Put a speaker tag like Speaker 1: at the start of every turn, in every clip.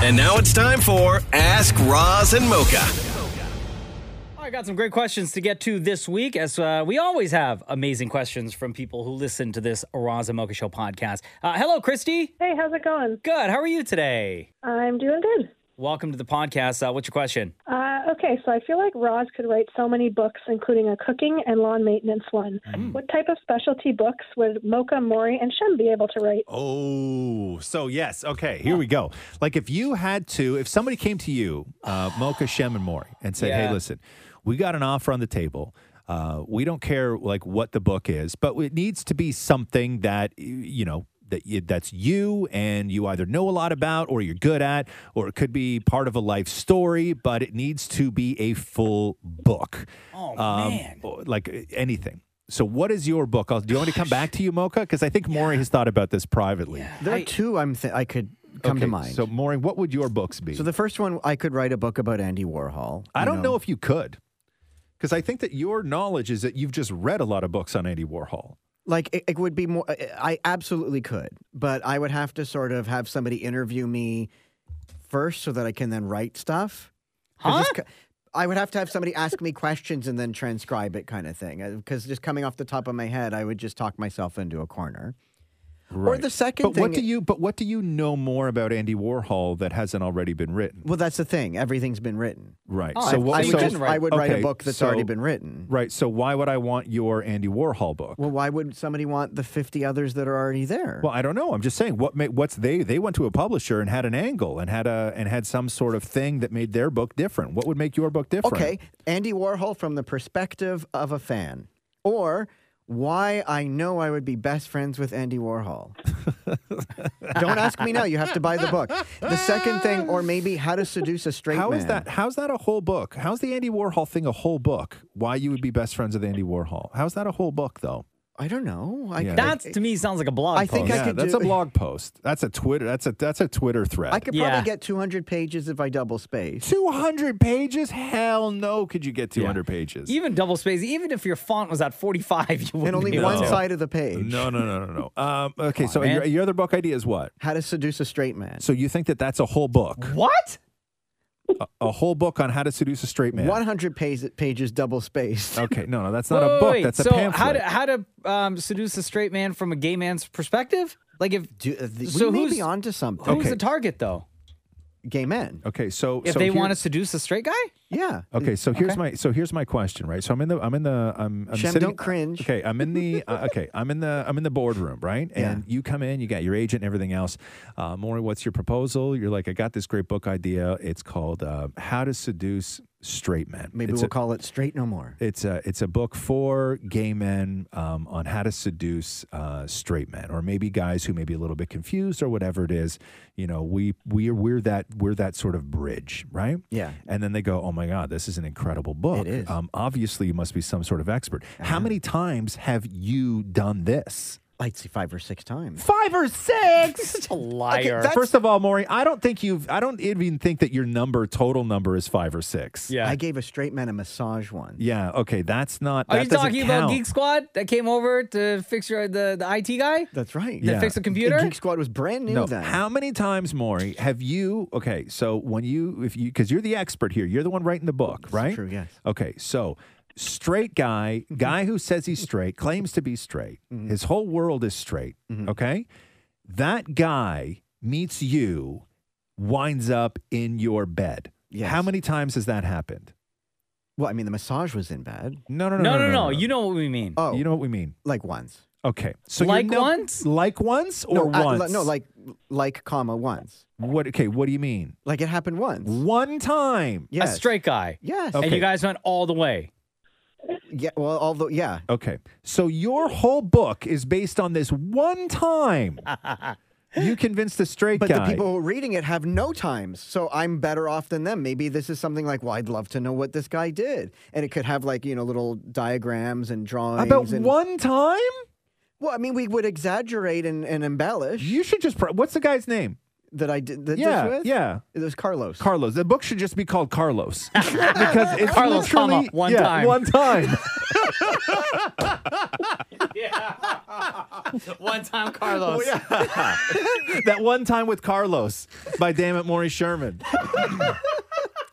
Speaker 1: And now it's time for Ask Roz and Mocha.
Speaker 2: All right, got some great questions to get to this week, as uh, we always have amazing questions from people who listen to this Roz and Mocha Show podcast. Uh, hello, Christy.
Speaker 3: Hey, how's it going?
Speaker 2: Good. How are you today?
Speaker 3: I'm doing good.
Speaker 2: Welcome to the podcast. Uh, what's your question?
Speaker 3: Uh, okay, so I feel like Roz could write so many books, including a cooking and lawn maintenance one. What type of specialty books would Mocha, Mori, and Shem be able to write?
Speaker 4: Oh, so yes. Okay, here we go. Like if you had to, if somebody came to you, uh, Mocha, Shem, and Maury, and said,
Speaker 2: Yeah.
Speaker 4: hey, listen, we got an offer on the table. Uh, we don't care like what the book is, but it needs to be something that, y- you know, that you, that's you and you either know a lot about or you're good at, or it could be part of a life story, but it needs to be a full book. Um,
Speaker 2: Oh, man.
Speaker 4: or- Like uh, anything. So, what is your book? I'll, do you want me to come back to you, Mocha? Because I think Maury has thought about this privately.
Speaker 5: There are two I'm th- I could come to
Speaker 4: Okay,
Speaker 5: mind. So,
Speaker 4: So, Maury, what would your books be?
Speaker 5: the first one, I could write a book about Andy Warhol.
Speaker 4: I
Speaker 5: you
Speaker 4: don't know. if you could, because I think that your knowledge is that you've just read a lot of books on Andy Warhol.
Speaker 5: Like it, it would be more. I I absolutely could, but I would have to sort of have somebody interview me first so that I can then write stuff. 'Cause
Speaker 2: Huh?
Speaker 5: this co- I would have to have somebody ask me questions and then transcribe it, kind of thing. Because just coming off the top of my head, I would just talk myself into a corner. Or the second
Speaker 4: But
Speaker 5: thing.
Speaker 4: what do you? But what do you know more about Andy Warhol that hasn't already been written?
Speaker 5: Well, that's the thing. Everything has been written.
Speaker 4: Right.
Speaker 2: Oh,
Speaker 5: I,
Speaker 4: so what?
Speaker 5: I
Speaker 2: so-
Speaker 5: would, just, I would write
Speaker 4: okay,
Speaker 5: a book that's
Speaker 4: so-
Speaker 5: already been written.
Speaker 4: Right. So why would I want your Andy Warhol book? Well,
Speaker 5: Well, why would somebody want the 50 others that are already there?
Speaker 4: I don't know. I'm just saying. What? ma- What's they? They went to a publisher and had an angle and had a and had some sort of thing that made their book different. What would make your book different?
Speaker 5: okay, Andy Warhol from the perspective of a fan. Or why I know I would be best friends with Andy Warhol. don't ask me now. You have to buy the book. The second thing, or maybe how to seduce a straight
Speaker 4: How
Speaker 5: man.
Speaker 4: is that? How's that a whole book? How's the Andy Warhol thing a whole book? Why you would be best friends with Andy Warhol? How's that a whole book though?
Speaker 5: I don't know. I,
Speaker 4: Yeah.
Speaker 2: That's to me sounds like a blog
Speaker 5: I
Speaker 2: post.
Speaker 5: think
Speaker 4: yeah,
Speaker 5: could
Speaker 4: that's
Speaker 5: do-
Speaker 4: a blog post. That's a Twitter. That's a that's a Twitter thread.
Speaker 5: I could probably
Speaker 2: Yeah.
Speaker 5: get 200 pages if I double space.
Speaker 4: two hundred pages? Hell no! Could you get two hundred pages?
Speaker 2: even double space, even if your font was at 45, you wouldn't
Speaker 5: And only
Speaker 2: be able
Speaker 5: one
Speaker 2: to.
Speaker 5: side of the page.
Speaker 4: no, no, no, no, no. Um, okay, so
Speaker 2: man.
Speaker 4: your, your other book idea is what?
Speaker 5: How to seduce a straight man.
Speaker 4: So you think that that's a whole book,
Speaker 2: What?
Speaker 4: a, a whole book on how to seduce a straight man?
Speaker 5: 100 pages, pages double spaced.
Speaker 4: Okay, no, no, that's not
Speaker 2: Wait,
Speaker 4: a book.
Speaker 2: wait,
Speaker 4: that's
Speaker 2: so
Speaker 4: a pamphlet.
Speaker 2: how to how to um, seduce a straight man from a gay man's perspective? Like if
Speaker 5: Do, uh, the,
Speaker 2: So
Speaker 5: we may
Speaker 2: who's-
Speaker 5: be onto something.
Speaker 2: who's the target though?
Speaker 5: Gay men.
Speaker 4: okay, so
Speaker 2: If
Speaker 4: so
Speaker 2: they
Speaker 4: here-
Speaker 2: want to seduce a straight guy?
Speaker 5: Yeah.
Speaker 4: Okay, so here's my so here's my question, right? So I'm in the I'm in the I'm, I'm
Speaker 5: Shem,
Speaker 4: sitting,
Speaker 5: don't cringe.
Speaker 4: Okay, I'm in the uh, okay I'm in the I'm in the boardroom, right? And you come in, you got your agent, and everything else. Uh, Maury, what's your proposal? You're like, I got this great book idea. It's called uh, How to Seduce Straight Men.
Speaker 5: Maybe
Speaker 4: it's
Speaker 5: we'll
Speaker 4: a,
Speaker 5: call it Straight No More.
Speaker 4: it's a it's a book for gay men um, on how to seduce uh, straight men, or maybe guys who may be a little bit confused or whatever it is. You know, we we we're that we're that sort of bridge, right?
Speaker 5: Yeah.
Speaker 4: And then they go, "Oh my God, this is Uh-huh. an incredible
Speaker 5: It
Speaker 4: book."
Speaker 5: is.
Speaker 4: Um, obviously, you must be some sort of expert. How many times have you done this?
Speaker 5: I'd say five or six times.
Speaker 4: Five or six.
Speaker 2: Such a liar.
Speaker 4: First of all, Maury, I don't think you've. I don't even think that your number total number is five or six.
Speaker 2: yeah.
Speaker 5: I gave a straight man a massage one.
Speaker 4: Yeah. Okay. That's not.
Speaker 2: Are
Speaker 4: that
Speaker 2: you
Speaker 4: doesn't
Speaker 2: talking about
Speaker 4: count.
Speaker 2: Geek Squad that came over to fix your the, the IT guy?
Speaker 5: That's right.
Speaker 4: Yeah.
Speaker 2: That fixed the
Speaker 5: The
Speaker 2: computer?
Speaker 5: Geek Squad was brand new
Speaker 4: No.
Speaker 5: then.
Speaker 4: How many times, Maury, have you? Okay, so when you, if you, because you're the expert here, you're the one writing the book, right?
Speaker 5: true, yes.
Speaker 4: Okay, so straight guy,
Speaker 5: Mm-hmm.
Speaker 4: guy who says he's straight, claims to be straight. His whole world is straight.
Speaker 5: Mm-hmm.
Speaker 4: Okay, that guy meets you, winds up in your bed.
Speaker 5: Yes.
Speaker 4: How many times has that happened?
Speaker 5: Well, I mean, the massage was in bed.
Speaker 4: No, no, no,
Speaker 2: No, no, no. You know what we mean.
Speaker 5: Oh,
Speaker 4: You know what we mean.
Speaker 5: like once.
Speaker 4: Okay, so you
Speaker 2: Like
Speaker 4: know-
Speaker 2: once?
Speaker 4: like once, or
Speaker 5: no, I-
Speaker 4: once?
Speaker 5: li- no, like, like, comma, once.
Speaker 4: what? Okay, what do you mean?
Speaker 5: Like it happened once.
Speaker 4: One time.
Speaker 5: Yes.
Speaker 2: A straight guy.
Speaker 5: Yes.
Speaker 4: Okay.
Speaker 2: And you guys went all the way.
Speaker 5: Yeah. Well, although, yeah.
Speaker 4: Okay. So your whole book is based on this one time You convinced the straight
Speaker 5: But
Speaker 4: guy.
Speaker 5: the people who are reading it have no times, so I'm better off than them. Maybe this is something like, "Well, I'd love to know what this guy did," and it could have like you know little diagrams and drawings.
Speaker 4: about
Speaker 5: and,
Speaker 4: one time?
Speaker 5: Well, I mean, we would exaggerate and, and embellish
Speaker 4: You should just. Pro- What's the guy's name?
Speaker 5: that I did. That
Speaker 4: Yeah,
Speaker 5: this with?
Speaker 4: yeah.
Speaker 5: It was Carlos.
Speaker 4: Carlos. The book should just be called Carlos because it's
Speaker 2: Carlos, comma,
Speaker 4: literally-
Speaker 2: one
Speaker 4: yeah,
Speaker 2: time.
Speaker 4: One time.
Speaker 2: One time, Carlos.
Speaker 4: that one time with Carlos by damn it Maury Sherman.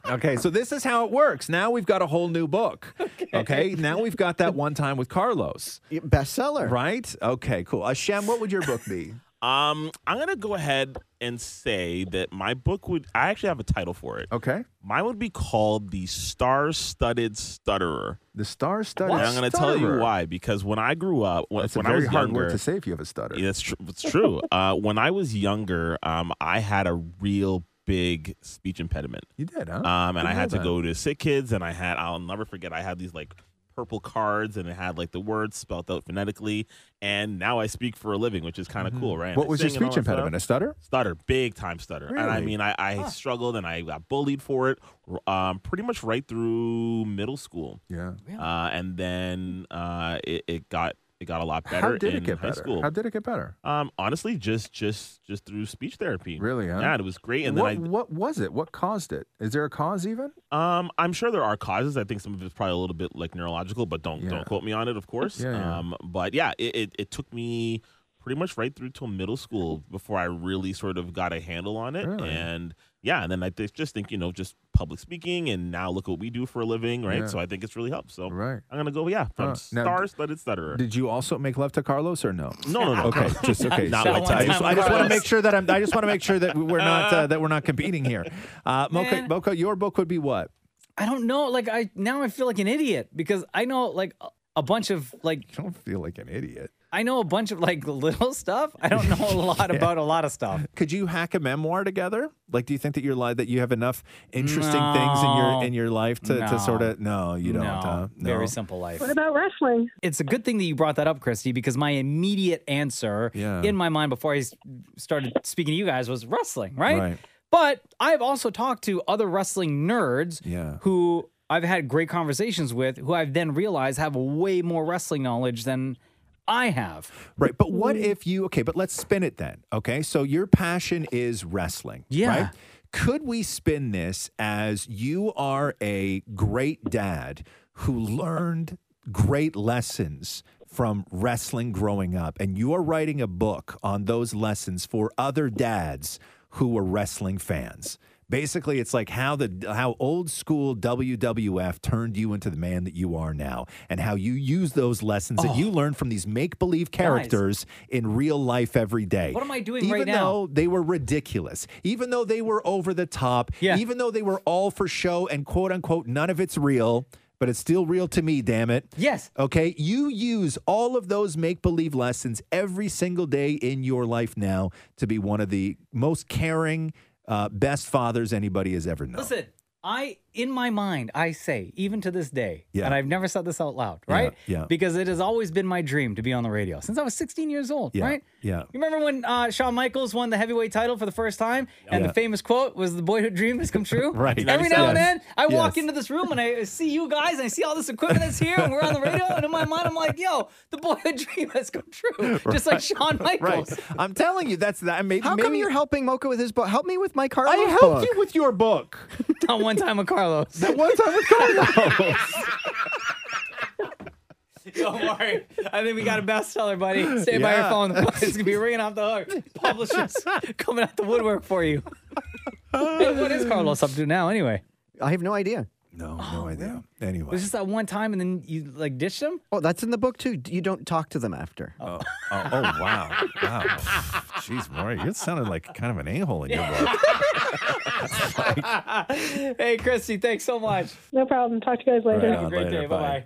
Speaker 4: okay, so this is how it works. Now we've got a whole new book. Okay, now we've got that one time with Carlos,
Speaker 5: bestseller.
Speaker 4: right? Okay, cool. Uh, Shem, what would your book be?
Speaker 6: Um, I'm gonna go ahead and say that my book would. I actually have a title for it.
Speaker 4: Okay,
Speaker 6: Mine would be called "The Star-Studded Stutterer,"
Speaker 4: the star study.
Speaker 6: and I'm gonna tell you why. Because when I grew up, when,
Speaker 4: That's
Speaker 6: when
Speaker 4: a very
Speaker 6: I was
Speaker 4: hard
Speaker 6: younger,
Speaker 4: word to say if you have a stutter.
Speaker 6: Yeah, That's true. It's true. uh, when I was younger, um, I had a real big speech impediment.
Speaker 4: You did, huh?
Speaker 6: Um, and
Speaker 4: Didn't
Speaker 6: I had to
Speaker 4: know that.
Speaker 6: go to sick kids, and I had I'll never forget. I had these like purple cards, and it had like the words spelled out phonetically. And now I speak for a living, which is kind of cool, right? And
Speaker 4: Mm-hmm. What
Speaker 6: I
Speaker 4: was your
Speaker 6: sing and all
Speaker 4: speech
Speaker 6: that stuff.
Speaker 4: impediment? A stutter?
Speaker 6: Stutter, big time stutter, and I
Speaker 4: Really?
Speaker 6: mean, I, I struggled and I got bullied for it, r- um, pretty much right through middle school.
Speaker 4: Yeah.
Speaker 6: Uh, and then uh, it, it got it got a lot better
Speaker 4: How did
Speaker 6: in
Speaker 4: it get
Speaker 6: high
Speaker 4: better?
Speaker 6: school.
Speaker 4: How did it get better?
Speaker 6: Um, honestly, just just just through speech therapy.
Speaker 4: Really, huh?
Speaker 6: Yeah, it was great. And
Speaker 4: what,
Speaker 6: then
Speaker 4: what was it? What caused it? Is there a cause even?
Speaker 6: I, um, I'm sure there are causes. I think some of it's probably a little bit like neurological, but don't
Speaker 4: Yeah.
Speaker 6: don't quote me on it, of course.
Speaker 4: Yeah, yeah.
Speaker 6: Um, but yeah, it, it it took me pretty much right through till middle school before I really sort of got a handle on it.
Speaker 4: Really?
Speaker 6: And yeah, and then I th- just think you know just public speaking, and now look what we do for a living, right?
Speaker 4: Yeah.
Speaker 6: So I think it's really helped. So
Speaker 4: Right.
Speaker 6: I'm gonna go yeah from
Speaker 4: Huh. Now, d-
Speaker 6: star-studded stutterer.
Speaker 4: Did you also make love to Carlos or no?
Speaker 6: no, no, no.
Speaker 4: Okay, just okay.
Speaker 6: Not
Speaker 4: so
Speaker 6: like
Speaker 4: I
Speaker 6: that.
Speaker 4: just,
Speaker 2: One time with
Speaker 4: want to
Speaker 2: Carlos.
Speaker 4: make sure that I'm. I just want to make sure that we're not uh, that we're not competing here. Uh, Mocha,
Speaker 2: Nah.
Speaker 4: Mocha, your book would be what?
Speaker 2: I don't know. Like I now I feel like an idiot because I know like a- a bunch of like
Speaker 4: I don't feel like an idiot.
Speaker 2: I know a bunch of like little stuff. I don't know a lot about a lot of stuff.
Speaker 4: Could you hack a memoir together? Like, do you think that you're li- that you have enough interesting things in
Speaker 2: No.
Speaker 4: your in your life to,
Speaker 2: No.
Speaker 4: to sort of? No, you don't. huh? no.
Speaker 2: very simple life.
Speaker 3: What about wrestling?
Speaker 2: It's a good thing that you brought that up, Christy, because my immediate answer
Speaker 4: Yeah.
Speaker 2: in my mind before I s- started speaking to you guys was wrestling, right?
Speaker 4: Right.
Speaker 2: But I've also talked to other wrestling nerds
Speaker 4: Yeah.
Speaker 2: who I've had great conversations with, who I've then realized have way more wrestling knowledge than I have.
Speaker 4: Right. But what if you, okay, but let's spin it then. Okay. So your passion is wrestling.
Speaker 2: Yeah.
Speaker 4: Right? Could we spin this as you are a great dad who learned great lessons from wrestling growing up, and you are writing a book on those lessons for other dads who were wrestling fans? Basically, it's like how the how old school WWF turned you into the man that you are now, and how you use those lessons
Speaker 2: Oh.
Speaker 4: that you learned from these make believe characters in real life every day.
Speaker 2: What am I doing
Speaker 4: Even
Speaker 2: right now?
Speaker 4: though they were ridiculous, even though they were over the top,
Speaker 2: Yeah.
Speaker 4: even though they were all for show and quote unquote none of it's real. But it's still real to me, damn it.
Speaker 2: Yes.
Speaker 4: Okay. You use all of those make believe lessons every single day in your life now to be one of the most caring, uh, best fathers anybody has ever known.
Speaker 2: Listen, I in my mind, I say, even to this day,
Speaker 4: Yeah.
Speaker 2: and I've never said this out loud, right?
Speaker 4: yeah.
Speaker 2: Because it has always been my dream to be on the radio since I was 16 years old,
Speaker 4: Yeah,
Speaker 2: right?
Speaker 4: yeah.
Speaker 2: You remember when uh, Shawn Michaels won the heavyweight title for the first time, and
Speaker 4: Yeah.
Speaker 2: the famous quote was, "The boyhood dream has come true."
Speaker 4: Right.
Speaker 2: Every now and
Speaker 4: Yes.
Speaker 2: then, I walk
Speaker 4: Yes.
Speaker 2: into this room and I see you guys, and I see all this equipment that's here, and we're on the radio, and in my mind, I'm like, "Yo, the boyhood dream has come true," just like Shawn Michaels.
Speaker 4: Right. I'm telling you, that's that. Maybe,
Speaker 5: How
Speaker 4: maybe
Speaker 5: come you're helping Mocha with his book? Help me with my Carlos
Speaker 4: I helped
Speaker 5: book.
Speaker 4: you with your book.
Speaker 2: On one time with Carlos.
Speaker 4: That one time with Carlos.
Speaker 2: Don't worry. I think we got a bestseller, buddy. Stay by your
Speaker 4: Yeah.
Speaker 2: phone. It's gonna be ringing off the hook. Publishers coming out the woodwork for you. Hey, what is Carlos up to now? Anyway,
Speaker 5: I have no idea.
Speaker 4: no, no idea. Anyway.
Speaker 2: it was just that one time, and then you like ditched him.
Speaker 5: Oh, that's in the book too. You don't talk to them after.
Speaker 4: Oh, oh, oh, wow. Wow. Jeez, Maury, it sounded like kind of an a hole in your book.
Speaker 2: hey, Christy, thanks so much.
Speaker 3: No problem. Talk to you guys later.
Speaker 4: Right
Speaker 2: Have a
Speaker 4: on,
Speaker 2: great
Speaker 4: later,
Speaker 2: day.
Speaker 4: bye.
Speaker 2: Bye bye.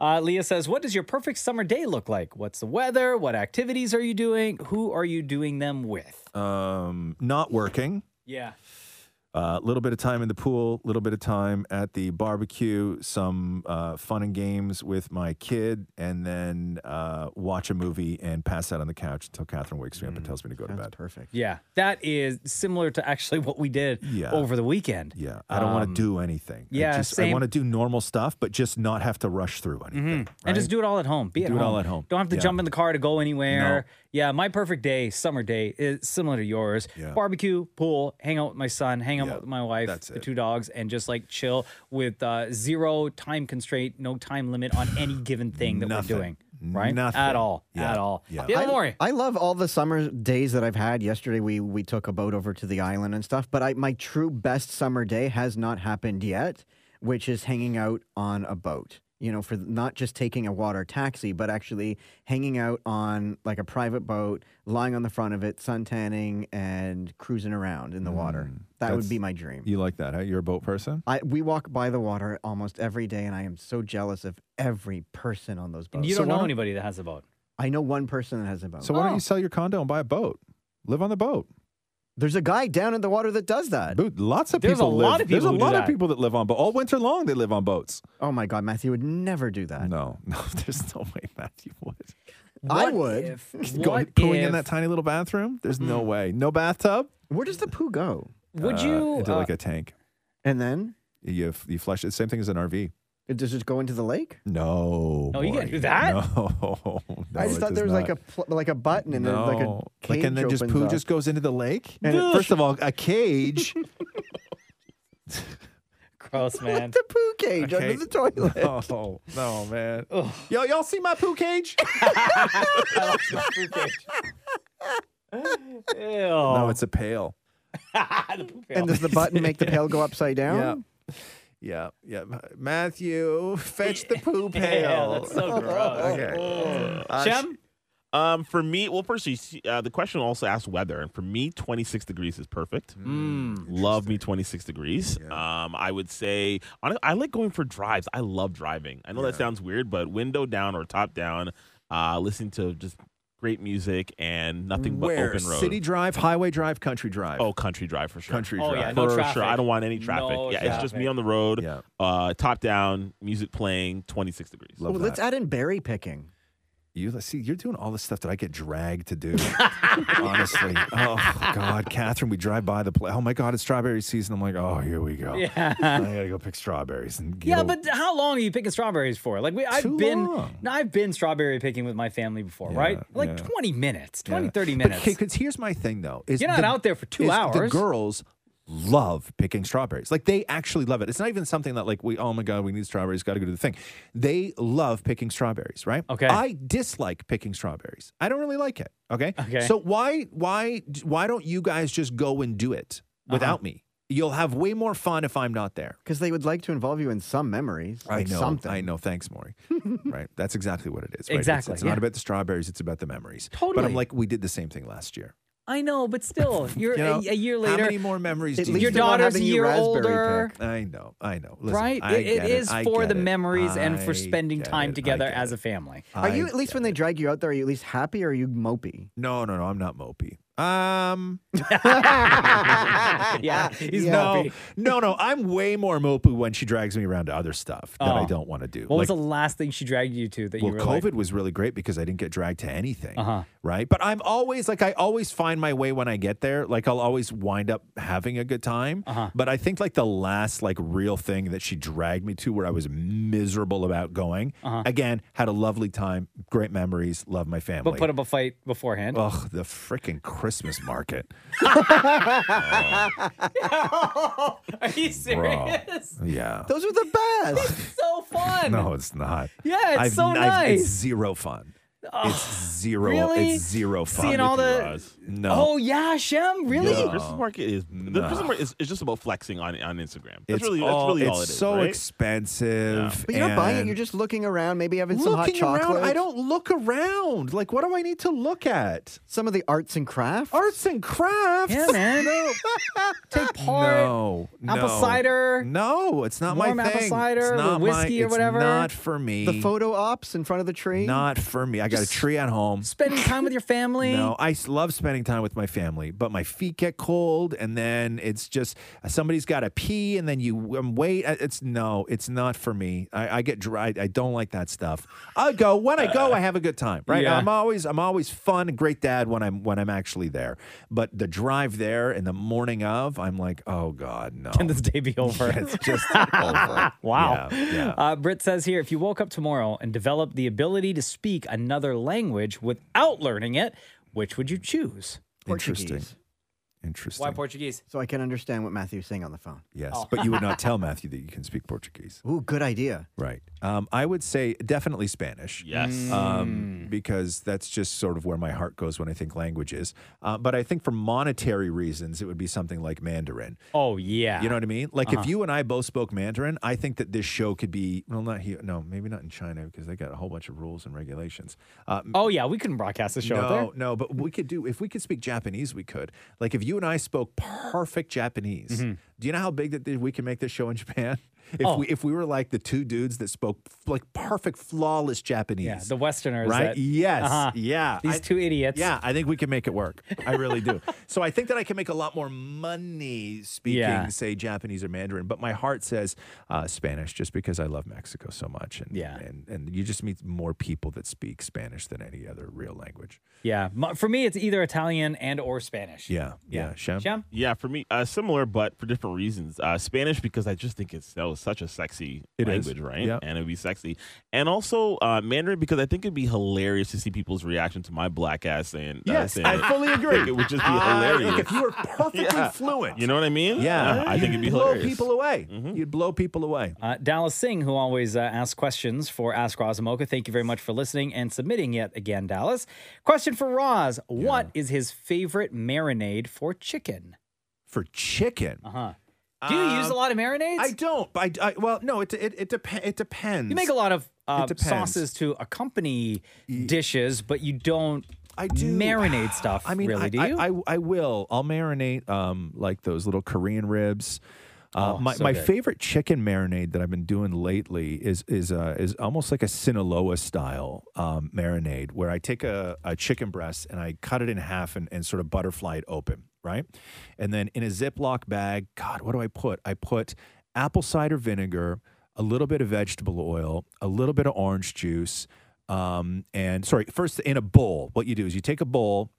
Speaker 2: Uh, Leah says, What does your perfect summer day look like? What's the weather? What activities are you doing? Who are you doing them with?
Speaker 4: Um, not working.
Speaker 2: Yeah.
Speaker 4: A little bit of time in the pool, little bit of time at the barbecue, some uh, fun and games with my kid, and then uh, watch a movie and pass out on the couch until Catherine wakes me up and tells me to go to bed.
Speaker 5: Mm, Perfect.
Speaker 2: Yeah. That is similar to actually what we did
Speaker 4: Yeah.
Speaker 2: over the weekend.
Speaker 4: Yeah, I don't
Speaker 2: Um,
Speaker 4: want to do anything.
Speaker 2: yeah,
Speaker 4: I, just,
Speaker 2: same.
Speaker 4: I want to do normal stuff, but just not have to rush through anything.
Speaker 5: Mm-hmm.
Speaker 2: And just
Speaker 4: right?
Speaker 2: do it all at home. Be at
Speaker 4: Do it
Speaker 2: home.
Speaker 4: all at home.
Speaker 2: Don't have to
Speaker 4: Yeah.
Speaker 2: jump in the car to go anywhere. Yeah, my perfect day, summer day, is similar to yours.
Speaker 4: Yeah.
Speaker 2: Barbecue, pool, hang out with my son, hang out with my wife,
Speaker 4: that's
Speaker 2: the
Speaker 4: it.
Speaker 2: two dogs, and just like chill with uh, zero time constraint, no time limit on any given thing that
Speaker 4: Nothing.
Speaker 2: we're doing. Right?
Speaker 4: Nothing.
Speaker 2: At all.
Speaker 4: Yeah.
Speaker 2: At all.
Speaker 4: Yeah.
Speaker 2: Bill Murray.
Speaker 5: I love all the summer days that I've had. Yesterday, we we took a boat over to the island and stuff. But I, my true best summer day has not happened yet, which is hanging out on a boat. You know, for not just taking a water taxi, but actually hanging out on like a private boat, lying on the front of it, sun tanning, and cruising around
Speaker 4: Hmm.
Speaker 5: in the water. That
Speaker 4: Mm, that's-
Speaker 5: would be my dream.
Speaker 4: You like that? Huh? You're a boat person.
Speaker 5: I, we walk by the water almost every day, and I am so jealous of every person on those boats.
Speaker 2: You
Speaker 4: So
Speaker 2: don't
Speaker 4: why
Speaker 2: know
Speaker 4: don't-
Speaker 2: anybody that has a boat.
Speaker 5: I know one person that has a boat.
Speaker 4: So why
Speaker 2: Oh.
Speaker 4: don't you sell your condo and buy a boat? Live on the boat.
Speaker 5: There's a guy down in the water that does that.
Speaker 4: Dude, lots of
Speaker 2: There's
Speaker 4: people
Speaker 2: a
Speaker 4: live.
Speaker 2: lot of
Speaker 4: there's
Speaker 2: people
Speaker 4: a
Speaker 2: who do
Speaker 4: lot
Speaker 2: that.
Speaker 4: of people that live on boats all winter long. They live on boats.
Speaker 5: Oh my God, Matthew would never do that.
Speaker 4: No, no, there's no way Matthew would.
Speaker 5: I
Speaker 2: What
Speaker 5: would.
Speaker 2: If,
Speaker 4: Going
Speaker 2: what
Speaker 4: pooing
Speaker 2: if, Mm-hmm.
Speaker 4: in that tiny little bathroom? There's no way. No bathtub.
Speaker 5: Where does the poo go?
Speaker 2: Would
Speaker 4: Uh,
Speaker 2: you.
Speaker 4: into
Speaker 2: uh,
Speaker 4: like a tank?
Speaker 5: And then
Speaker 4: You f- you flush it. Same thing as an RV.
Speaker 5: it does just go into the lake?
Speaker 4: No.
Speaker 2: No, Oh, you can't
Speaker 4: boy.
Speaker 2: do that.
Speaker 4: No. No,
Speaker 5: I just
Speaker 4: it
Speaker 5: thought
Speaker 4: does
Speaker 5: there was like
Speaker 4: not.
Speaker 5: a pl- like a button and
Speaker 4: no.
Speaker 5: then like a cage
Speaker 4: and then just
Speaker 5: opens
Speaker 4: poo
Speaker 5: up.
Speaker 4: just goes into the lake. And it- first of all, a cage.
Speaker 2: gross, man.
Speaker 5: the poo cage
Speaker 4: Okay.
Speaker 5: under the toilet.
Speaker 4: oh no, man. Yo, y'all see my poo cage?
Speaker 2: Ew.
Speaker 4: No, it's a pail.
Speaker 2: The poop
Speaker 5: And
Speaker 2: pail.
Speaker 5: does the button make the pail go upside down?
Speaker 4: Yeah. Yeah, yeah. Matthew, fetch the poo pail.
Speaker 2: Yeah, that's so gross.
Speaker 4: okay. Uh,
Speaker 2: Shem?
Speaker 6: Um, for me, well, first, you see, uh, the question also asks weather, and for me, 26 degrees is perfect. Hmm.
Speaker 4: Hmm.
Speaker 6: Love me 26 degrees. Um, I would say hon- I like going for drives. I love driving. I know that sounds weird, but window down or top down, uh, listen to just great music and nothing
Speaker 4: Where?
Speaker 6: but open road.
Speaker 4: City drive, highway drive, country drive.
Speaker 6: Oh, country drive for sure.
Speaker 4: country
Speaker 2: Oh,
Speaker 4: drive.
Speaker 2: yeah, no
Speaker 6: for
Speaker 2: traffic.
Speaker 6: sure. I don't want any traffic.
Speaker 2: No
Speaker 6: yeah, it's just me
Speaker 2: traffic.
Speaker 6: on the road.
Speaker 4: Yeah.
Speaker 6: Uh, top down, music playing, 26 degrees.
Speaker 5: Well,
Speaker 4: Love
Speaker 5: let's
Speaker 4: that.
Speaker 5: add in berry picking.
Speaker 4: You see, you're doing all this stuff that I get dragged to do. Honestly, oh God, Catherine, we drive by the place. Oh my God, it's strawberry season. I'm like, oh, here we go. I
Speaker 2: Yeah.
Speaker 4: gotta go pick strawberries and get
Speaker 2: Yeah,
Speaker 4: a-
Speaker 2: but how long are you picking strawberries for? Like we, I've
Speaker 4: Too
Speaker 2: been,
Speaker 4: long.
Speaker 2: no, I've been strawberry picking with my family before,
Speaker 4: Yeah,
Speaker 2: right? Like
Speaker 4: yeah.
Speaker 2: 20 minutes, 20,
Speaker 4: Yeah.
Speaker 2: 30
Speaker 4: But,
Speaker 2: minutes.
Speaker 4: okay, because here's my thing though: is
Speaker 2: You're not out there for two
Speaker 4: is The
Speaker 2: hours.
Speaker 4: girls love picking strawberries. Like they actually love it. It's not even something that like we. Oh my god, we need strawberries. Got to go to the thing. They love picking strawberries, right?
Speaker 2: Okay.
Speaker 4: I dislike picking strawberries. I don't really like it. Okay.
Speaker 2: Okay.
Speaker 4: So why why why don't you guys just go and do it
Speaker 2: Uh-huh.
Speaker 4: without me? You'll have way more fun if I'm not there.
Speaker 5: Because they would like to involve you in some memories.
Speaker 4: I
Speaker 7: Uh,
Speaker 5: like
Speaker 4: know.
Speaker 5: Something.
Speaker 4: I know. Thanks, Maury. right. That's exactly what it is. right? It's-
Speaker 2: Exactly,
Speaker 4: It's,
Speaker 2: yeah.
Speaker 4: not about the strawberries. It's about the memories. But
Speaker 2: Totally.
Speaker 4: I'm like, we did the same thing last year.
Speaker 2: I know, but still, you're
Speaker 4: You know,
Speaker 2: a, a year
Speaker 4: How
Speaker 2: later.
Speaker 4: many more memories
Speaker 5: At
Speaker 4: do you
Speaker 5: least
Speaker 2: Your
Speaker 5: they're not
Speaker 2: daughter's
Speaker 5: having
Speaker 2: a
Speaker 5: you
Speaker 2: year
Speaker 5: raspberry
Speaker 2: older.
Speaker 5: pick.
Speaker 4: I know, I know. Listen,
Speaker 2: right?
Speaker 4: I
Speaker 2: It-
Speaker 4: get
Speaker 2: it is
Speaker 4: I
Speaker 2: for
Speaker 4: get
Speaker 2: the
Speaker 4: it.
Speaker 2: memories and for
Speaker 4: I
Speaker 2: spending
Speaker 4: get
Speaker 2: time
Speaker 4: it. I
Speaker 2: together
Speaker 4: get
Speaker 2: as
Speaker 4: it.
Speaker 2: a family.
Speaker 5: Are
Speaker 4: I
Speaker 5: you at least when
Speaker 4: get
Speaker 5: they
Speaker 4: it.
Speaker 5: drag you out there? Are you at least happy or are you mopey?
Speaker 4: No, no, no. I'm not mopey. Um,
Speaker 2: yeah, he's
Speaker 4: no,
Speaker 2: mopey.
Speaker 4: no, no. I'm way more mopey when she drags me around to other stuff that
Speaker 2: Oh.
Speaker 4: I don't want to do.
Speaker 2: What was
Speaker 4: Like,
Speaker 2: the last thing she dragged you to that
Speaker 4: well,
Speaker 2: you were
Speaker 4: COVID
Speaker 2: like,
Speaker 4: was really great because I didn't get dragged to anything,
Speaker 2: Uh-huh.
Speaker 4: right? But I'm always like, I always find my way when I get there. Like, I'll always wind up having a good time.
Speaker 2: Uh-huh.
Speaker 4: But I think like the last like real thing that she dragged me to, where I was miserable about going, again, had a lovely time, great memories, love my family.
Speaker 2: Uh-huh. but put up a fight beforehand?
Speaker 4: Ugh, the freaking Christmas market,
Speaker 2: Are you
Speaker 4: bro.
Speaker 2: serious?
Speaker 4: yeah.
Speaker 5: Those are the best.
Speaker 2: so fun.
Speaker 4: No, it's not.
Speaker 2: Yeah, it's so
Speaker 4: n- it's
Speaker 2: nice.
Speaker 4: zero fun. It's zero.
Speaker 2: really?
Speaker 4: It's zero fun.
Speaker 2: Seeing all the-
Speaker 4: no.
Speaker 2: Oh yeah, Shem, really?
Speaker 6: The Christmas market is the Christmas market is, is just about flexing on on Instagram. That's really that's
Speaker 4: all,
Speaker 6: really
Speaker 4: it's
Speaker 6: all it is.
Speaker 4: so
Speaker 6: right?
Speaker 4: expensive.
Speaker 5: But you're not buying it.
Speaker 4: and-
Speaker 5: You're just looking around, maybe having some hot
Speaker 4: looking
Speaker 5: chocolate.
Speaker 4: around. I don't look around. Like, what do I need to look at?
Speaker 5: Some of the arts and crafts.
Speaker 4: Arts and crafts.
Speaker 2: Yeah, man. Take part.
Speaker 4: No,
Speaker 2: Apple
Speaker 4: no.
Speaker 2: cider.
Speaker 4: No, it's not
Speaker 2: Warm
Speaker 4: my
Speaker 2: apple
Speaker 4: thing.
Speaker 2: cider
Speaker 4: it's
Speaker 2: with
Speaker 4: not my-
Speaker 2: whiskey or
Speaker 4: it's
Speaker 2: whatever.
Speaker 4: Not for me.
Speaker 5: The photo ops in front of the tree.
Speaker 4: Not for me. I got a tree at home.
Speaker 2: Spending time with your family.
Speaker 4: No, I s- love spending time with my family, but my feet get cold, and then it's just somebody's got to pee, and then you um, wait. I- It's no, it's not for me. I, I get dry. I don't like that stuff. I go when I go. I have a good time, right?
Speaker 2: yeah.
Speaker 4: I'm always I'm always fun, and great dad when I'm when I'm actually there. But the drive there and the morning of, I'm like, oh god, no.
Speaker 2: Can this day be over?
Speaker 4: it's just over.
Speaker 2: Wow.
Speaker 4: Yeah, yeah.
Speaker 2: Uh, Britt says here if you woke up tomorrow and developed the ability to speak another language without learning it, which would you choose?
Speaker 4: Interesting.
Speaker 5: Portuguese.
Speaker 4: Interesting.
Speaker 2: Why Portuguese?
Speaker 5: So I can understand what Matthew's saying on the phone.
Speaker 4: yes, but you would not tell Matthew that you can speak Portuguese.
Speaker 5: Ooh, good idea.
Speaker 4: Right. Um, I would say definitely Spanish.
Speaker 6: yes.
Speaker 4: Um, because that's just sort of where my heart goes when I think languages. Uh, but I think for monetary reasons, it would be something like Mandarin.
Speaker 2: Oh, yeah. Uh-huh.
Speaker 4: You know what I mean? Like if you and I both spoke Mandarin, I think that this show could be well, not here. No, maybe not in China because they got a whole bunch of rules and regulations. Uh,
Speaker 2: oh, yeah. We couldn't broadcast the show out there.
Speaker 4: no, no, but we could do if we could speak Japanese, we could. Like if you and I spoke perfect Japanese, do you know how big that th- we can make this show in Japan? If
Speaker 2: Mm-hmm. Oh.
Speaker 4: we if we were like the two dudes that spoke f- like perfect, flawless Japanese,
Speaker 2: Yeah. The Westerners.
Speaker 4: right?
Speaker 2: that-
Speaker 4: yes,
Speaker 2: Uh-huh.
Speaker 4: yeah.
Speaker 2: These
Speaker 4: I-
Speaker 2: two idiots.
Speaker 4: yeah, I think we can make it work. I really do. so I think that I can make a lot more money speaking,
Speaker 2: Yeah.
Speaker 4: say Japanese or Mandarin, but my heart says uh, Spanish, just because I love Mexico so much, and
Speaker 2: Yeah.
Speaker 4: and and you just meet more people that speak Spanish than any other real language.
Speaker 2: Yeah. Mo- For me, it's either Italian and or Spanish.
Speaker 4: Yeah, yeah, Shem.
Speaker 2: Shem?
Speaker 6: Yeah, for me, uh, similar but for different reasons. Uh, Spanish because I just think it's that was such a sexy
Speaker 4: It is.
Speaker 6: language, right?
Speaker 4: Yeah.
Speaker 6: And it'd be sexy, and also uh, Mandarin because I think it'd be hilarious to see people's reaction to my black ass saying. uh,
Speaker 4: Yes,
Speaker 6: saying
Speaker 4: I
Speaker 6: it.
Speaker 4: fully agree.
Speaker 6: It would just be
Speaker 4: I think
Speaker 6: hilarious.
Speaker 4: if you were perfectly
Speaker 6: Yeah.
Speaker 4: fluent,
Speaker 6: You know what I mean?
Speaker 4: yeah,
Speaker 6: Uh, I think it'd be
Speaker 4: blow
Speaker 6: hilarious. Mm-hmm.
Speaker 4: people away. You'd blow people away.
Speaker 2: Uh, Dallas Singh, who always uh, asks questions for Ask Razamoka, thank you very much for listening and submitting yet again, Dallas. Question for Roz What is his favorite marinade for chicken?
Speaker 4: For chicken,
Speaker 2: Uh huh. Do you use a
Speaker 4: Um,
Speaker 2: lot of marinades?
Speaker 4: I don't. but I, I well, no, it it it, dep- it depends.
Speaker 2: You make a lot of uh,
Speaker 4: depends.
Speaker 2: sauces to accompany dishes, but you don't
Speaker 4: I do
Speaker 2: marinate stuff.
Speaker 4: I mean,
Speaker 2: really,
Speaker 4: I,
Speaker 2: do
Speaker 4: I-
Speaker 2: you?
Speaker 4: I, I will. I'll marinate um like those little Korean ribs. Uh,
Speaker 2: Oh,
Speaker 4: my
Speaker 2: so
Speaker 4: my
Speaker 2: good.
Speaker 4: favorite chicken marinade that I've been doing lately is is uh, is almost like a Sinaloa style um, marinade where I take a, a chicken breast and I cut it in half and, and sort of butterfly it open, right? And then in a Ziploc bag, God, what do I put? I put apple cider vinegar, a little bit of vegetable oil, a little bit of orange juice, um, and sorry, first in a bowl. What you do is you take a bowl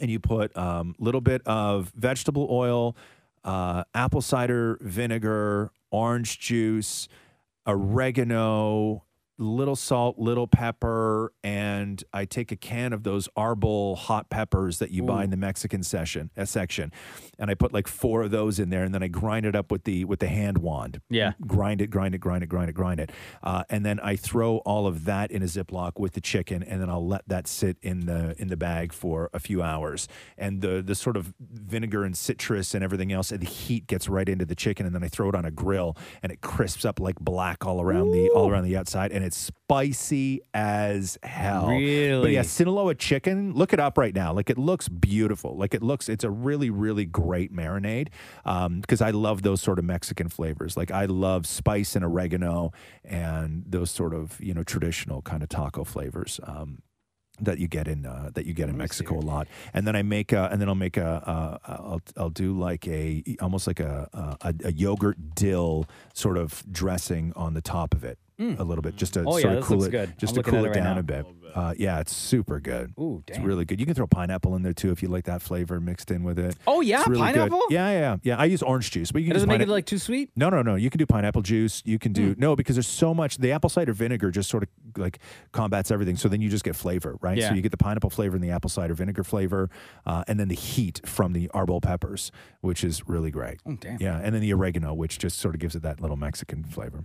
Speaker 4: and you put a um, little bit of vegetable oil, uh, apple cider vinegar, orange juice, oregano, little salt, little pepper, and I take a can of those Arbol hot peppers that you buy in the Mexican session uh, section, and I put like four of those in there, and then I grind it up with the with the hand wand.
Speaker 2: Yeah.
Speaker 4: grind it, grind it, grind it, grind it, grind it, uh, and then I throw all of that in a Ziploc with the chicken, and then I'll let that sit in the in the bag for a few hours, and the the sort of vinegar and citrus and everything else, and the heat gets right into the chicken, and then I throw it on a grill, and it crisps up like black all around the all around the outside, and it's spicy as hell. But
Speaker 2: Really?
Speaker 4: yeah, Sinaloa chicken. Look it up right now. Like it looks beautiful. Like it looks. It's a really really great marinade because I love those sort of Mexican flavors. Like I love spice and oregano and those sort of you know traditional kind of taco flavors. Um, that you get in uh, that you get in Mexico a lot, and then I make a, and then I'll make a uh, I'll I'll do like a almost like a, a a yogurt dill sort of dressing on the top of it a little bit just to
Speaker 2: Oh, yeah,
Speaker 4: sort of
Speaker 2: this
Speaker 4: cool
Speaker 2: looks
Speaker 4: it
Speaker 2: good.
Speaker 4: just
Speaker 2: I'm
Speaker 4: to
Speaker 2: looking at
Speaker 4: cool
Speaker 2: it
Speaker 4: it
Speaker 2: right
Speaker 4: down
Speaker 2: now.
Speaker 4: a bit. Uh, yeah, it's super good.
Speaker 2: Ooh,
Speaker 4: It's
Speaker 2: damn.
Speaker 4: really good. You can throw pineapple in there too if you like that flavor mixed in with it.
Speaker 2: Oh, yeah?
Speaker 4: It's really good.
Speaker 2: Pineapple?
Speaker 4: Yeah, yeah, yeah. I use orange juice, but you
Speaker 2: it
Speaker 4: can
Speaker 2: doesn't
Speaker 4: use
Speaker 2: make it
Speaker 4: pine-
Speaker 2: like Hmm. too sweet.
Speaker 4: no, no, no. You can do pineapple juice. You can do no because there's so much. The apple cider vinegar just sort of like combats everything. So then you just get flavor, right?
Speaker 2: Yeah.
Speaker 4: So you get the pineapple flavor and the apple cider vinegar flavor, uh, and then the heat from the arbol peppers, which is really great.
Speaker 2: Oh, damn.
Speaker 4: Yeah, and then the oregano, which just sort of gives it that little Mexican flavor.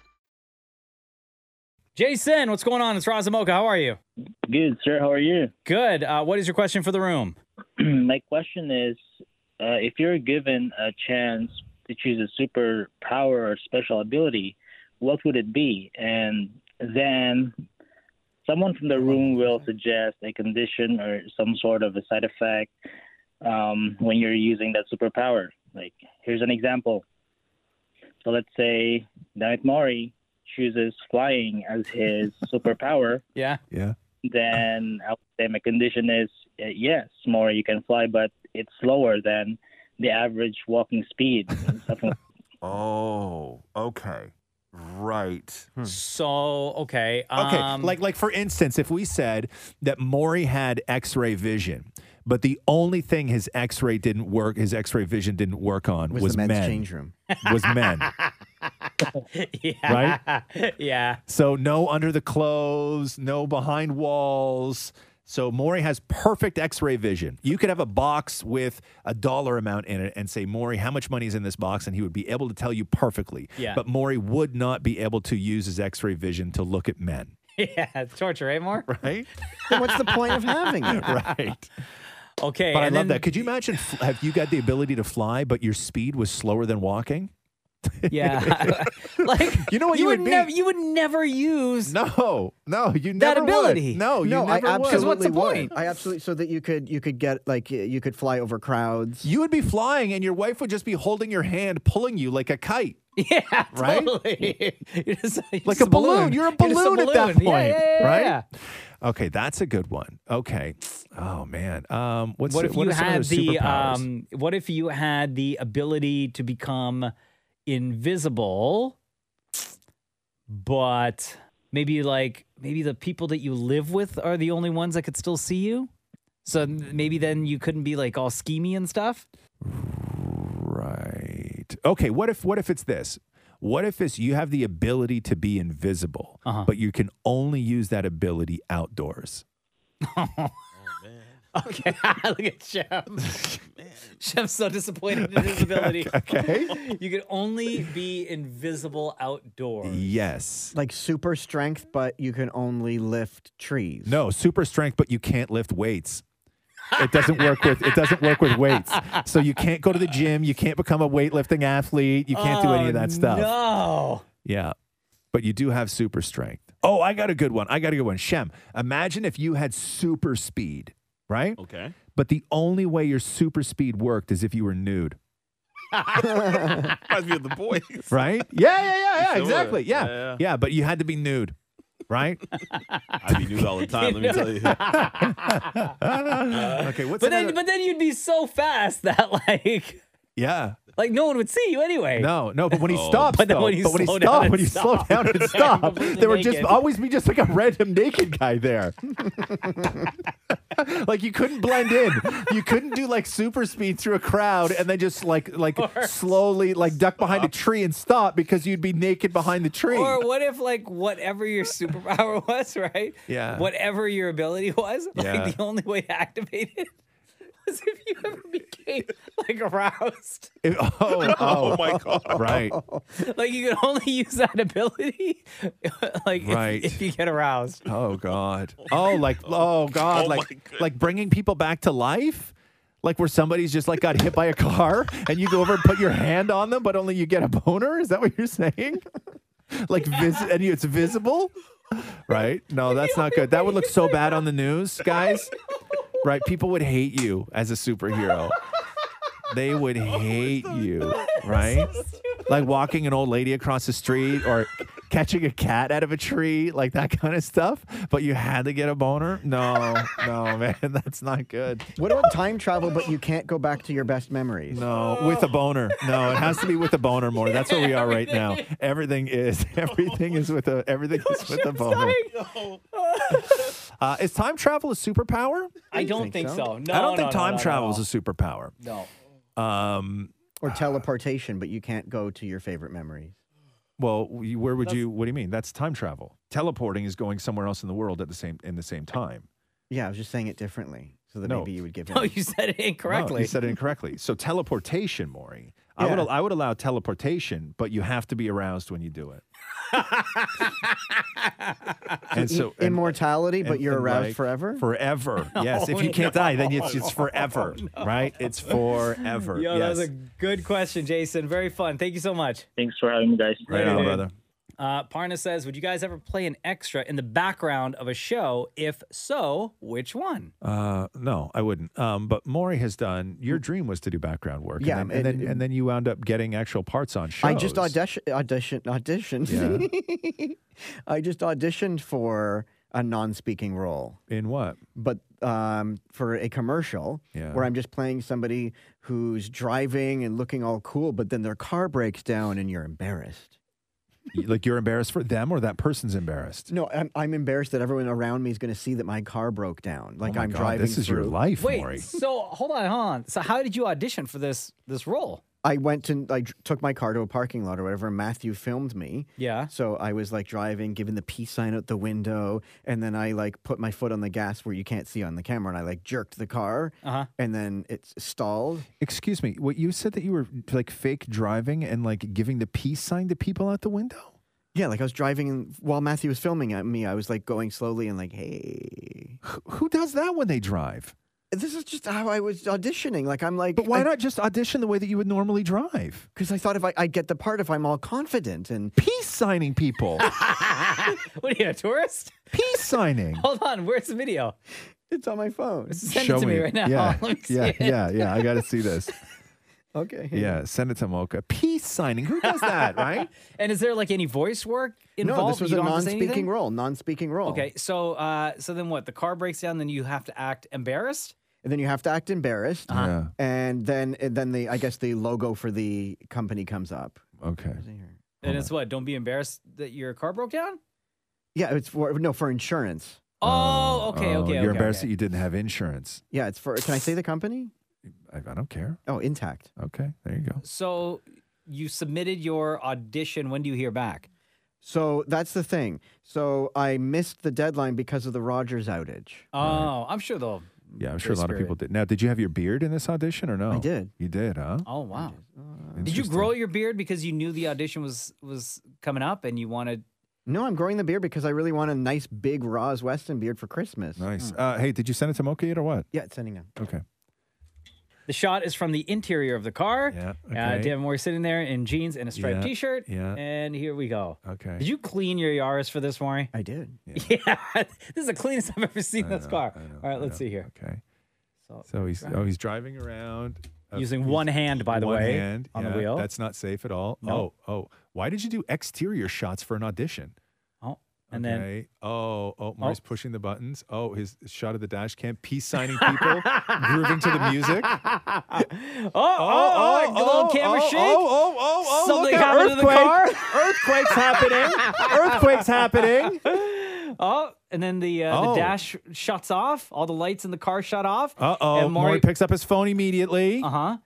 Speaker 2: Jason, what's going on? It's Razamoka. How are you?
Speaker 8: Good, sir. How are you?
Speaker 2: Good. Uh, what is your question for the room?
Speaker 8: My question is uh, if you're given a chance to choose a superpower or special ability, what would it be? And then someone from the room will suggest a condition or some sort of a side effect um, when you're using that superpower. Like, here's an example. So let's say David Mori chooses flying as his superpower.
Speaker 2: Yeah.
Speaker 4: Yeah.
Speaker 8: then I would say my condition is uh, yes, more you can fly, but it's slower than the average walking speed. Something-
Speaker 9: Oh, okay. Right.
Speaker 2: So, okay.
Speaker 4: Hmm. Okay,
Speaker 2: um,
Speaker 4: like like for instance, if we said that Maury had X-ray vision, but the only thing his X-ray didn't work, his X-ray vision didn't work on was,
Speaker 5: Was the men's
Speaker 4: men.
Speaker 5: change room.
Speaker 4: was men,
Speaker 2: yeah.
Speaker 4: right?
Speaker 2: Yeah.
Speaker 4: So no under the clothes, no behind walls. So Maury has perfect X-ray vision. You could have a box with a dollar amount in it and say, Maury, how much money is in this box? And he would be able to tell you perfectly.
Speaker 2: Yeah.
Speaker 4: But Maury would not be able to use his X-ray vision to look at men.
Speaker 2: Yeah. Torture, eh, more?
Speaker 4: Right?
Speaker 5: Then what's the point of having it?
Speaker 4: right.
Speaker 2: Okay.
Speaker 4: But I
Speaker 2: and
Speaker 4: love
Speaker 2: then-
Speaker 4: that. Could you imagine? f- Have you got the ability to fly, but your speed was slower than walking?
Speaker 2: Yeah. like
Speaker 4: You know what
Speaker 2: you,
Speaker 4: you
Speaker 2: would
Speaker 4: would be?
Speaker 2: never you would never use
Speaker 4: No, no, you
Speaker 2: That
Speaker 4: never would.
Speaker 2: ability.
Speaker 4: No, you
Speaker 5: no,
Speaker 4: never
Speaker 5: I
Speaker 4: would.
Speaker 5: absolutely
Speaker 2: what's the
Speaker 5: would.
Speaker 2: point?
Speaker 5: I absolutely so that you could you could get like y- you could fly over crowds.
Speaker 4: You would be flying, and your wife would just be holding your hand, pulling you like a kite,
Speaker 2: Yeah,
Speaker 4: Right?
Speaker 2: totally. You're just- you're
Speaker 4: like
Speaker 2: just
Speaker 4: a balloon. You're a
Speaker 2: just
Speaker 4: balloon, at that
Speaker 2: balloon.
Speaker 4: point,
Speaker 2: Yeah, yeah, yeah,
Speaker 4: right?
Speaker 2: yeah.
Speaker 4: Okay, that's a good one. Okay. Oh man. Um, what's
Speaker 2: What if
Speaker 4: what
Speaker 2: you
Speaker 4: are some
Speaker 2: had
Speaker 4: other
Speaker 2: the
Speaker 4: superpowers?
Speaker 2: um, what if you had the ability to become invisible, but maybe like maybe the people that you live with are the only ones that could still see you? So maybe then you couldn't be like all schemy and stuff.
Speaker 4: Right. Okay. What if what if it's this? What if it's you have the ability to be invisible,
Speaker 2: Uh-huh.
Speaker 4: but you can only use that ability outdoors?
Speaker 2: Okay, look at Chef. Chef's so disappointed in his ability.
Speaker 4: Okay.
Speaker 2: You could only be invisible outdoors.
Speaker 4: yes.
Speaker 5: Like super strength, but you can only lift trees.
Speaker 4: No, super strength, but you can't lift weights. It doesn't work with it doesn't work with weights. So you can't go to the gym, you can't become a weightlifting athlete, you can't do any of
Speaker 2: Oh,
Speaker 4: that stuff.
Speaker 2: No.
Speaker 4: Yeah. But you do have super strength. Oh, I got a good one. I got a good one. Shem, imagine if you had super speed, right?
Speaker 6: Okay.
Speaker 4: But the only way your super speed worked is if you were nude,
Speaker 6: Reminds me of the boys.
Speaker 4: right? yeah, yeah, yeah, yeah,
Speaker 6: Sure.
Speaker 4: exactly. Yeah.
Speaker 6: Yeah,
Speaker 4: yeah,
Speaker 6: yeah.
Speaker 4: but you had to be nude, right?
Speaker 6: I'd be nude all the time. Let me tell you.
Speaker 4: okay, what's
Speaker 2: But then,
Speaker 4: another-
Speaker 2: but then you'd be so fast that like,
Speaker 4: Yeah.
Speaker 2: like no one would see you anyway.
Speaker 4: No, no, but when he
Speaker 6: Oh.
Speaker 4: stops,
Speaker 2: But then
Speaker 4: though,
Speaker 2: when you
Speaker 4: but when he
Speaker 2: slow down
Speaker 4: stopped,
Speaker 2: and
Speaker 4: when you slow
Speaker 2: stop.
Speaker 4: down and stop,
Speaker 2: Completely
Speaker 4: there would just
Speaker 2: naked.
Speaker 4: always be just like a random naked guy there. like you couldn't blend in. You couldn't do like super speed through a crowd and then just like like
Speaker 2: Or-
Speaker 4: slowly like duck behind a tree and stop because you'd be naked behind the tree.
Speaker 2: Or what if like whatever your superpower was, right?
Speaker 4: Yeah.
Speaker 2: Whatever your ability was, like
Speaker 4: Yeah.
Speaker 2: the only way to activate it was if you ever became like aroused.
Speaker 4: If- oh, oh,
Speaker 6: Oh my god.
Speaker 4: right.
Speaker 2: Like you can only use that ability, like if-
Speaker 4: Right.
Speaker 2: if, you get aroused.
Speaker 4: Oh god. Oh like oh god
Speaker 6: Oh, my
Speaker 4: like
Speaker 6: goodness.
Speaker 4: like bringing people back to life? Like where somebody's just like got hit by a car and you go over and put your hand on them but only you get a boner? Is that what you're saying? Like vis- and you, it's visible? Right? No, that's not good. That would look so bad on the news, guys. Right? People would hate you as a superhero. They would
Speaker 2: Oh,
Speaker 4: hate you, right? Like walking an old lady across the street or catching a cat out of a tree, like that kind of stuff. But you had to get a boner. No, no, man, that's not good.
Speaker 5: What about time travel, but you can't go back to your best memories?
Speaker 4: No, with a boner. No, it has to be with a boner more. That's where we are right now. Everything is everything is with a everything is with a boner. Uh, is time travel a superpower?
Speaker 2: I don't think so. No,
Speaker 4: I don't think
Speaker 2: no, no,
Speaker 4: time
Speaker 2: no, no.
Speaker 4: travel is a superpower.
Speaker 2: No.
Speaker 4: Um,
Speaker 5: or teleportation, but you can't go to your favorite memories.
Speaker 4: Well, you- where would you? What do you mean? That's time travel. Teleporting is going somewhere else in the world at the same in the same time.
Speaker 5: Yeah, I was just saying it differently so that
Speaker 4: No.
Speaker 5: maybe you would give.
Speaker 4: No,
Speaker 5: in.
Speaker 4: you
Speaker 2: said it
Speaker 4: No, you said it incorrectly. So teleportation, Maury. I would
Speaker 5: Yeah.
Speaker 4: I would allow teleportation, but you have to be aroused when you do it. and so and-
Speaker 5: E-, immortality, but
Speaker 4: and-
Speaker 5: you're
Speaker 4: and,
Speaker 5: aroused
Speaker 4: like,
Speaker 5: forever.
Speaker 4: Forever. Yes.
Speaker 5: Oh,
Speaker 4: if you can't
Speaker 5: no.
Speaker 4: die, then it's it's forever. Right? It's forever.
Speaker 2: Yo, that
Speaker 4: yes.
Speaker 2: was a good question, Jason. Very fun. Thank you so much.
Speaker 8: Thanks for having me, guys.
Speaker 4: Right on, brother.
Speaker 2: Uh, Parna says, "Would you guys ever play an extra in the background of a show? If so, which one?"
Speaker 4: Uh, no, I wouldn't. Um, but Maury has done. Your dream was to do background work.
Speaker 5: Mm. Yeah,
Speaker 4: and then, and,
Speaker 5: and- um,
Speaker 4: then and then you wound up getting actual parts on shows.
Speaker 5: I just audition, audition, auditioned. I just auditioned for a non-speaking role.
Speaker 4: In what?
Speaker 5: But um, for a commercial
Speaker 4: Yeah.
Speaker 5: where I'm just playing somebody who's driving and looking all cool, but then their car breaks down and you're embarrassed.
Speaker 4: like you're embarrassed for them, or that person's embarrassed.
Speaker 5: No, I'm, I'm embarrassed that everyone around me is going to see that my car broke down. Like
Speaker 4: Oh my
Speaker 5: I'm
Speaker 4: God,
Speaker 5: driving.
Speaker 4: this is your
Speaker 5: through.
Speaker 4: life,
Speaker 2: Wait, so hold on, hold on. So how did you audition for this this role?
Speaker 5: I went and I dr- took my car to a parking lot or whatever. And Matthew filmed me.
Speaker 2: Yeah.
Speaker 5: So I was like driving, giving the peace sign out the window, and then I like put my foot on the gas where you can't see on the camera, and I like jerked the car,
Speaker 2: Uh-huh.
Speaker 5: and then it s- stalled.
Speaker 4: Excuse me. What you said that you were like fake driving and like giving the peace sign to people out the window?
Speaker 5: Yeah, like I was driving, and while Matthew was filming at me, I was like going slowly and like, hey,
Speaker 4: Who does that when they drive?
Speaker 5: this is just how I was auditioning. Like I'm like,
Speaker 4: But why not just audition the way that you would normally drive?
Speaker 5: Because I thought if I I get the part, if I'm all confident and
Speaker 4: peace signing people,
Speaker 2: What are you, a tourist?
Speaker 4: peace signing.
Speaker 2: Hold on, where's the video?
Speaker 5: It's on my phone.
Speaker 2: Send it to me, right now.
Speaker 4: Yeah,
Speaker 2: Let me see
Speaker 4: yeah,
Speaker 2: it.
Speaker 4: yeah, yeah. I got to see this.
Speaker 5: Okay.
Speaker 4: Yeah, send it to Mocha. Peace signing. Who does that, right?
Speaker 2: and is there like any voice work involved?
Speaker 5: No, this was
Speaker 2: You
Speaker 5: a
Speaker 2: don't have to say
Speaker 5: non-speaking
Speaker 2: anything?
Speaker 5: role. Non-speaking role.
Speaker 2: Okay, so uh, so then what? The car breaks down, then you have to act embarrassed.
Speaker 5: and then you have to act embarrassed.
Speaker 4: Yeah.
Speaker 5: And then and then the I guess the logo for the company comes up.
Speaker 4: Okay.
Speaker 5: Oh,
Speaker 2: And it's what? Don't be embarrassed that your car broke down.
Speaker 5: Yeah, it's for no for insurance.
Speaker 2: Oh, okay,
Speaker 4: Oh,
Speaker 2: okay.
Speaker 4: You're
Speaker 2: okay,
Speaker 4: embarrassed
Speaker 2: okay.
Speaker 4: that you didn't have insurance.
Speaker 5: Yeah, it's for. Can I say the company?
Speaker 4: I, I don't care.
Speaker 5: Oh, intact.
Speaker 4: Okay, there you go.
Speaker 2: So you submitted your audition. When do you hear back?
Speaker 5: So that's the thing. So I missed the deadline because of the Rogers outage.
Speaker 2: Oh, I'm sure they'll.
Speaker 4: Yeah, I'm sure a lot of
Speaker 2: Spirit.
Speaker 4: people did. Now, did you have your beard in this audition or no?
Speaker 5: I did.
Speaker 4: You did, huh?
Speaker 2: Oh wow. Did you grow your beard because you knew the audition was was coming up and you wanted?
Speaker 5: No, I'm growing the beard because I really want a nice big Roz Weston beard for Christmas.
Speaker 4: Nice. Uh, hey, did you send it to Mocha yet or what?
Speaker 5: Yeah, it's sending now.
Speaker 4: Okay.
Speaker 2: The shot is from the interior of the car. Yeah. Uh,
Speaker 4: okay.
Speaker 2: David Moore sitting there in jeans and a striped
Speaker 4: Yeah,
Speaker 2: T-shirt.
Speaker 4: yeah.
Speaker 2: And here we go.
Speaker 4: Okay.
Speaker 2: Did you clean your Yaris for this, Maury?
Speaker 5: I did.
Speaker 2: Yeah. this is the cleanest I've ever seen this car. All right, let's see here.
Speaker 4: Okay. So he's oh he's driving around uh,
Speaker 2: Using
Speaker 4: he's-
Speaker 2: one hand, by the
Speaker 4: one
Speaker 2: way,
Speaker 4: hand,
Speaker 2: on the
Speaker 4: yeah,
Speaker 2: wheel.
Speaker 4: That's not safe at all.
Speaker 2: No.
Speaker 4: Oh oh, why did you do exterior shots for an audition?
Speaker 2: Oh, and then-
Speaker 4: oh oh, Maury's pushing the buttons. Oh, his shot of the dash cam, peace signing people, grooving to the music.
Speaker 2: Oh, oh, oh, a little camera
Speaker 4: oh,
Speaker 2: shake.
Speaker 4: Oh, oh, oh, oh, look
Speaker 2: Something
Speaker 4: out,
Speaker 2: happened to the
Speaker 4: earthquake.
Speaker 2: car.
Speaker 4: Earthquake's happening. Earthquake's happening.
Speaker 2: Oh, and then the uh,
Speaker 4: Oh.
Speaker 2: the dash shuts off. All the lights in the car shut off.
Speaker 4: Uh oh.
Speaker 2: And Maury- Uh-huh.
Speaker 4: Maury picks up his phone immediately. Uh
Speaker 2: huh.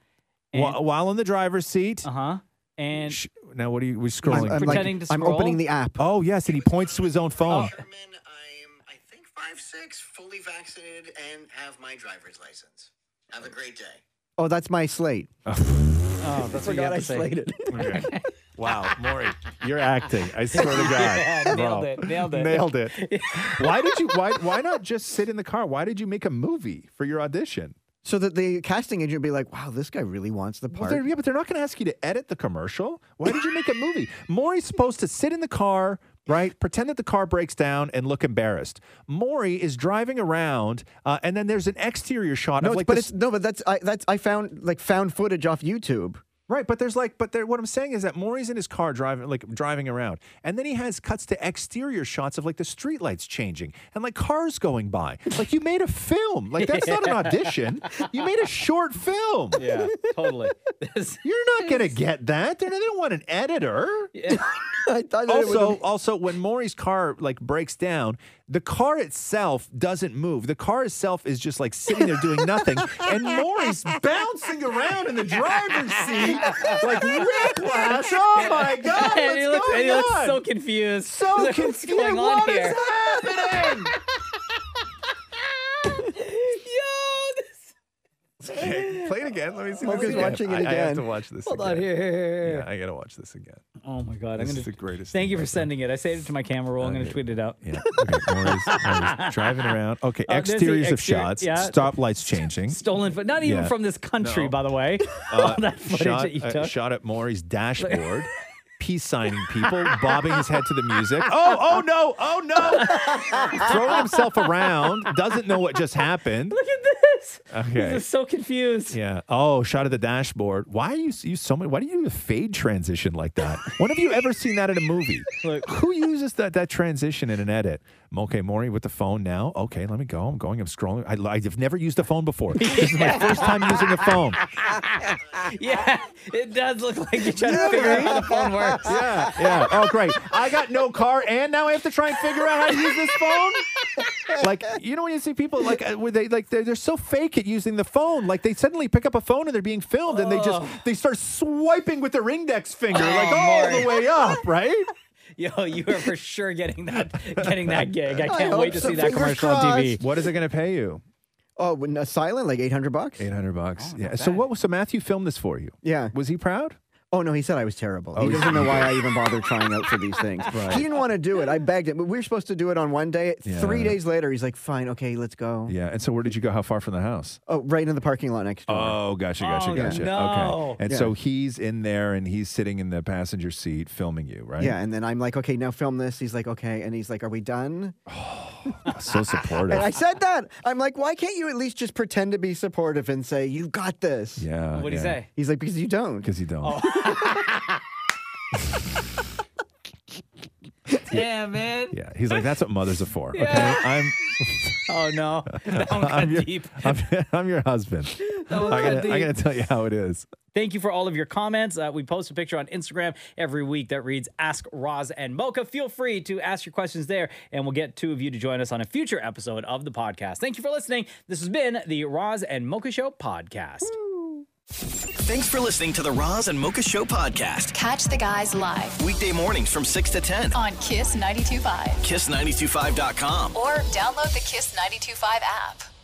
Speaker 4: While in the driver's seat. Uh
Speaker 2: huh. Uh-huh. And
Speaker 4: now what are you? We're scrolling.
Speaker 5: I'm like- Pretending to I'm opening scroll. the app.
Speaker 4: Oh yes, and he points to his own phone.
Speaker 2: Oh.
Speaker 10: Five six, fully vaccinated, and have my driver's license. Have a great day.
Speaker 5: Oh, that's my slate.
Speaker 2: Oh, that's what you
Speaker 5: Forgot
Speaker 2: have to
Speaker 5: I
Speaker 2: say.
Speaker 5: slated.
Speaker 4: Okay. Wow, Maury, you're acting. I swear to God.
Speaker 2: Yeah, nailed
Speaker 4: Wow.
Speaker 2: it, nailed it.
Speaker 4: Nailed it. why did you? Why? Why not just sit in the car? Why did you make a movie for your audition?
Speaker 5: So that the casting agent would be like, wow, this guy really wants the
Speaker 4: Well,
Speaker 5: part.
Speaker 4: they're- yeah, but they're not going to ask you to edit the commercial. Why did you make a movie? Maury's supposed to sit in the car, right? Pretend that the car breaks down and look embarrassed. Maury is driving around, uh, and then there's an exterior shot
Speaker 5: no,
Speaker 4: of
Speaker 5: it's-
Speaker 4: like
Speaker 5: but
Speaker 4: this-
Speaker 5: it's no, but that's I that's I found like found footage off YouTube.
Speaker 4: Right, but there's like, but there, what I'm saying is that Maury's in his car driving, like driving around, and then he has cuts to exterior shots of like the streetlights changing and like cars going by. Like you made a film, like that's not an audition. You made a short film.
Speaker 2: Yeah, totally.
Speaker 4: You're not gonna get that. They're- They don't want an editor.
Speaker 5: I thought that it was
Speaker 4: also,
Speaker 5: a-
Speaker 4: also when Maury's car like breaks down, the car itself doesn't move. The car itself is just like sitting there doing nothing, and Maury's bouncing around in the driver's seat like whiplash. Oh my god!
Speaker 2: and he
Speaker 4: what's
Speaker 2: looks, and he
Speaker 4: going
Speaker 2: looks
Speaker 4: on?
Speaker 2: so confused.
Speaker 4: So
Speaker 2: He's like, What's
Speaker 4: confused.
Speaker 2: going on
Speaker 4: What is
Speaker 2: here?
Speaker 4: happening?
Speaker 9: Okay, play it again. Let me see.
Speaker 2: Well,
Speaker 9: this
Speaker 2: he's
Speaker 9: again.
Speaker 2: watching it
Speaker 9: I, I have
Speaker 2: again.
Speaker 9: to watch this.
Speaker 2: Hold
Speaker 9: again.
Speaker 2: on, here, here, here, here.
Speaker 9: Yeah, I gotta watch this again.
Speaker 2: Oh my god!
Speaker 9: This
Speaker 2: I'm gonna,
Speaker 9: is the greatest
Speaker 2: Thank you for sending it. I saved it to my camera roll. I'm gonna tweet it out.
Speaker 4: Yeah. Mm-hmm. driving around. Okay,
Speaker 2: Oh, there's the
Speaker 4: exteriors of
Speaker 2: exterior-
Speaker 4: shots,
Speaker 2: yeah.
Speaker 4: stoplights changing.
Speaker 2: Stolen, but not even
Speaker 4: Yeah.
Speaker 2: from this country,
Speaker 4: No.
Speaker 2: by the way. All that footage
Speaker 4: shot,
Speaker 2: that you
Speaker 4: uh,
Speaker 2: took.
Speaker 4: shot at Maury's dashboard. Peace signing people, bobbing his head to the music. Oh, oh no, oh no. Throwing himself around, doesn't know what just happened.
Speaker 2: Look at this.
Speaker 4: Okay.
Speaker 2: This is so confused.
Speaker 4: Yeah. Oh, shot at the dashboard. Why are you you so many? Why do you do a fade transition like that? when have you ever seen that in a movie? Who uses that that transition in an edit? Okay, Maury with the phone now. Okay, let me go. I'm going. I'm scrolling. I, I've never used a phone before. This is my first time using a phone.
Speaker 2: Yeah, it does look like you're trying to figure out how the phone works.
Speaker 4: Yeah, yeah. Oh, great. I got no car, and now I have to try and figure out how to use this phone. Like you know when you see people like uh, where they like they're, they're so fake at using the phone. Like they suddenly pick up a phone and they're being filmed, and they just
Speaker 2: Oh.
Speaker 4: they start swiping with their index finger like
Speaker 2: Oh,
Speaker 4: all
Speaker 2: Maury.
Speaker 4: the way up, right?
Speaker 2: Yo, you are for sure getting that getting that gig. I
Speaker 5: I
Speaker 2: can't
Speaker 5: hope
Speaker 2: wait to
Speaker 5: so.
Speaker 2: see that
Speaker 5: Fingers
Speaker 2: commercial on TV.
Speaker 4: What is it going to pay you?
Speaker 5: Oh, when, uh, silent, like 800 bucks?
Speaker 4: 800 bucks. yeah. So what? was So Matthew filmed this for you.
Speaker 5: Yeah.
Speaker 4: Was he proud?
Speaker 5: Oh no, he said I was terrible.
Speaker 4: Oh,
Speaker 5: he
Speaker 4: he
Speaker 5: doesn't
Speaker 4: said-
Speaker 5: know why I even bothered trying out for these things.
Speaker 4: Right.
Speaker 5: He didn't want to do it. I begged him. But we were supposed to do it on one day.
Speaker 4: Yeah.
Speaker 5: Three days later, he's like, "Fine, okay, let's go."
Speaker 4: Yeah. And so where did you go? How far from the house?
Speaker 5: Oh, right in the parking lot next door.
Speaker 4: Oh, gotcha, gotcha,
Speaker 5: Oh,
Speaker 4: gotcha.
Speaker 5: no.
Speaker 4: Okay. And
Speaker 5: Yeah.
Speaker 4: so he's in there and he's sitting in the passenger seat filming you, right?
Speaker 5: Yeah, and then I'm like, "Okay, now film this." He's like, "Okay," and he's like, "Are we done?"
Speaker 4: so supportive.
Speaker 5: And I said that. I'm like, "Why can't you at least just pretend to be supportive and say you got this?"
Speaker 4: yeah.
Speaker 2: What'd he
Speaker 4: yeah.
Speaker 2: say? Oh.
Speaker 5: He's like, "Because you don't."
Speaker 4: Because you don't.
Speaker 2: Damn, man.
Speaker 4: Yeah. He's like, that's what mothers are for.
Speaker 2: Yeah.
Speaker 4: Okay. I'm
Speaker 2: Oh no, that one got
Speaker 4: I'm your,
Speaker 2: deep.
Speaker 4: I'm, I'm your husband.
Speaker 2: That one
Speaker 4: I
Speaker 2: got
Speaker 4: gotta, I
Speaker 2: deep.
Speaker 4: gotta tell you how it is.
Speaker 2: Thank you for all of your comments. Uh, we post a picture on Instagram every week that reads Ask Roz and Mocha. Feel free to ask your questions there, and we'll get two of you to join us on a future episode of the podcast. Thank you for listening. This has been the Roz and Mocha Show podcast.
Speaker 1: Thanks for listening to the Roz and Mocha Show podcast.
Speaker 11: Catch the guys live
Speaker 1: Weekday mornings from 6 to 10.
Speaker 11: on Kiss 92.5
Speaker 1: Kiss925.com.
Speaker 11: or download the Kiss 92.5 app.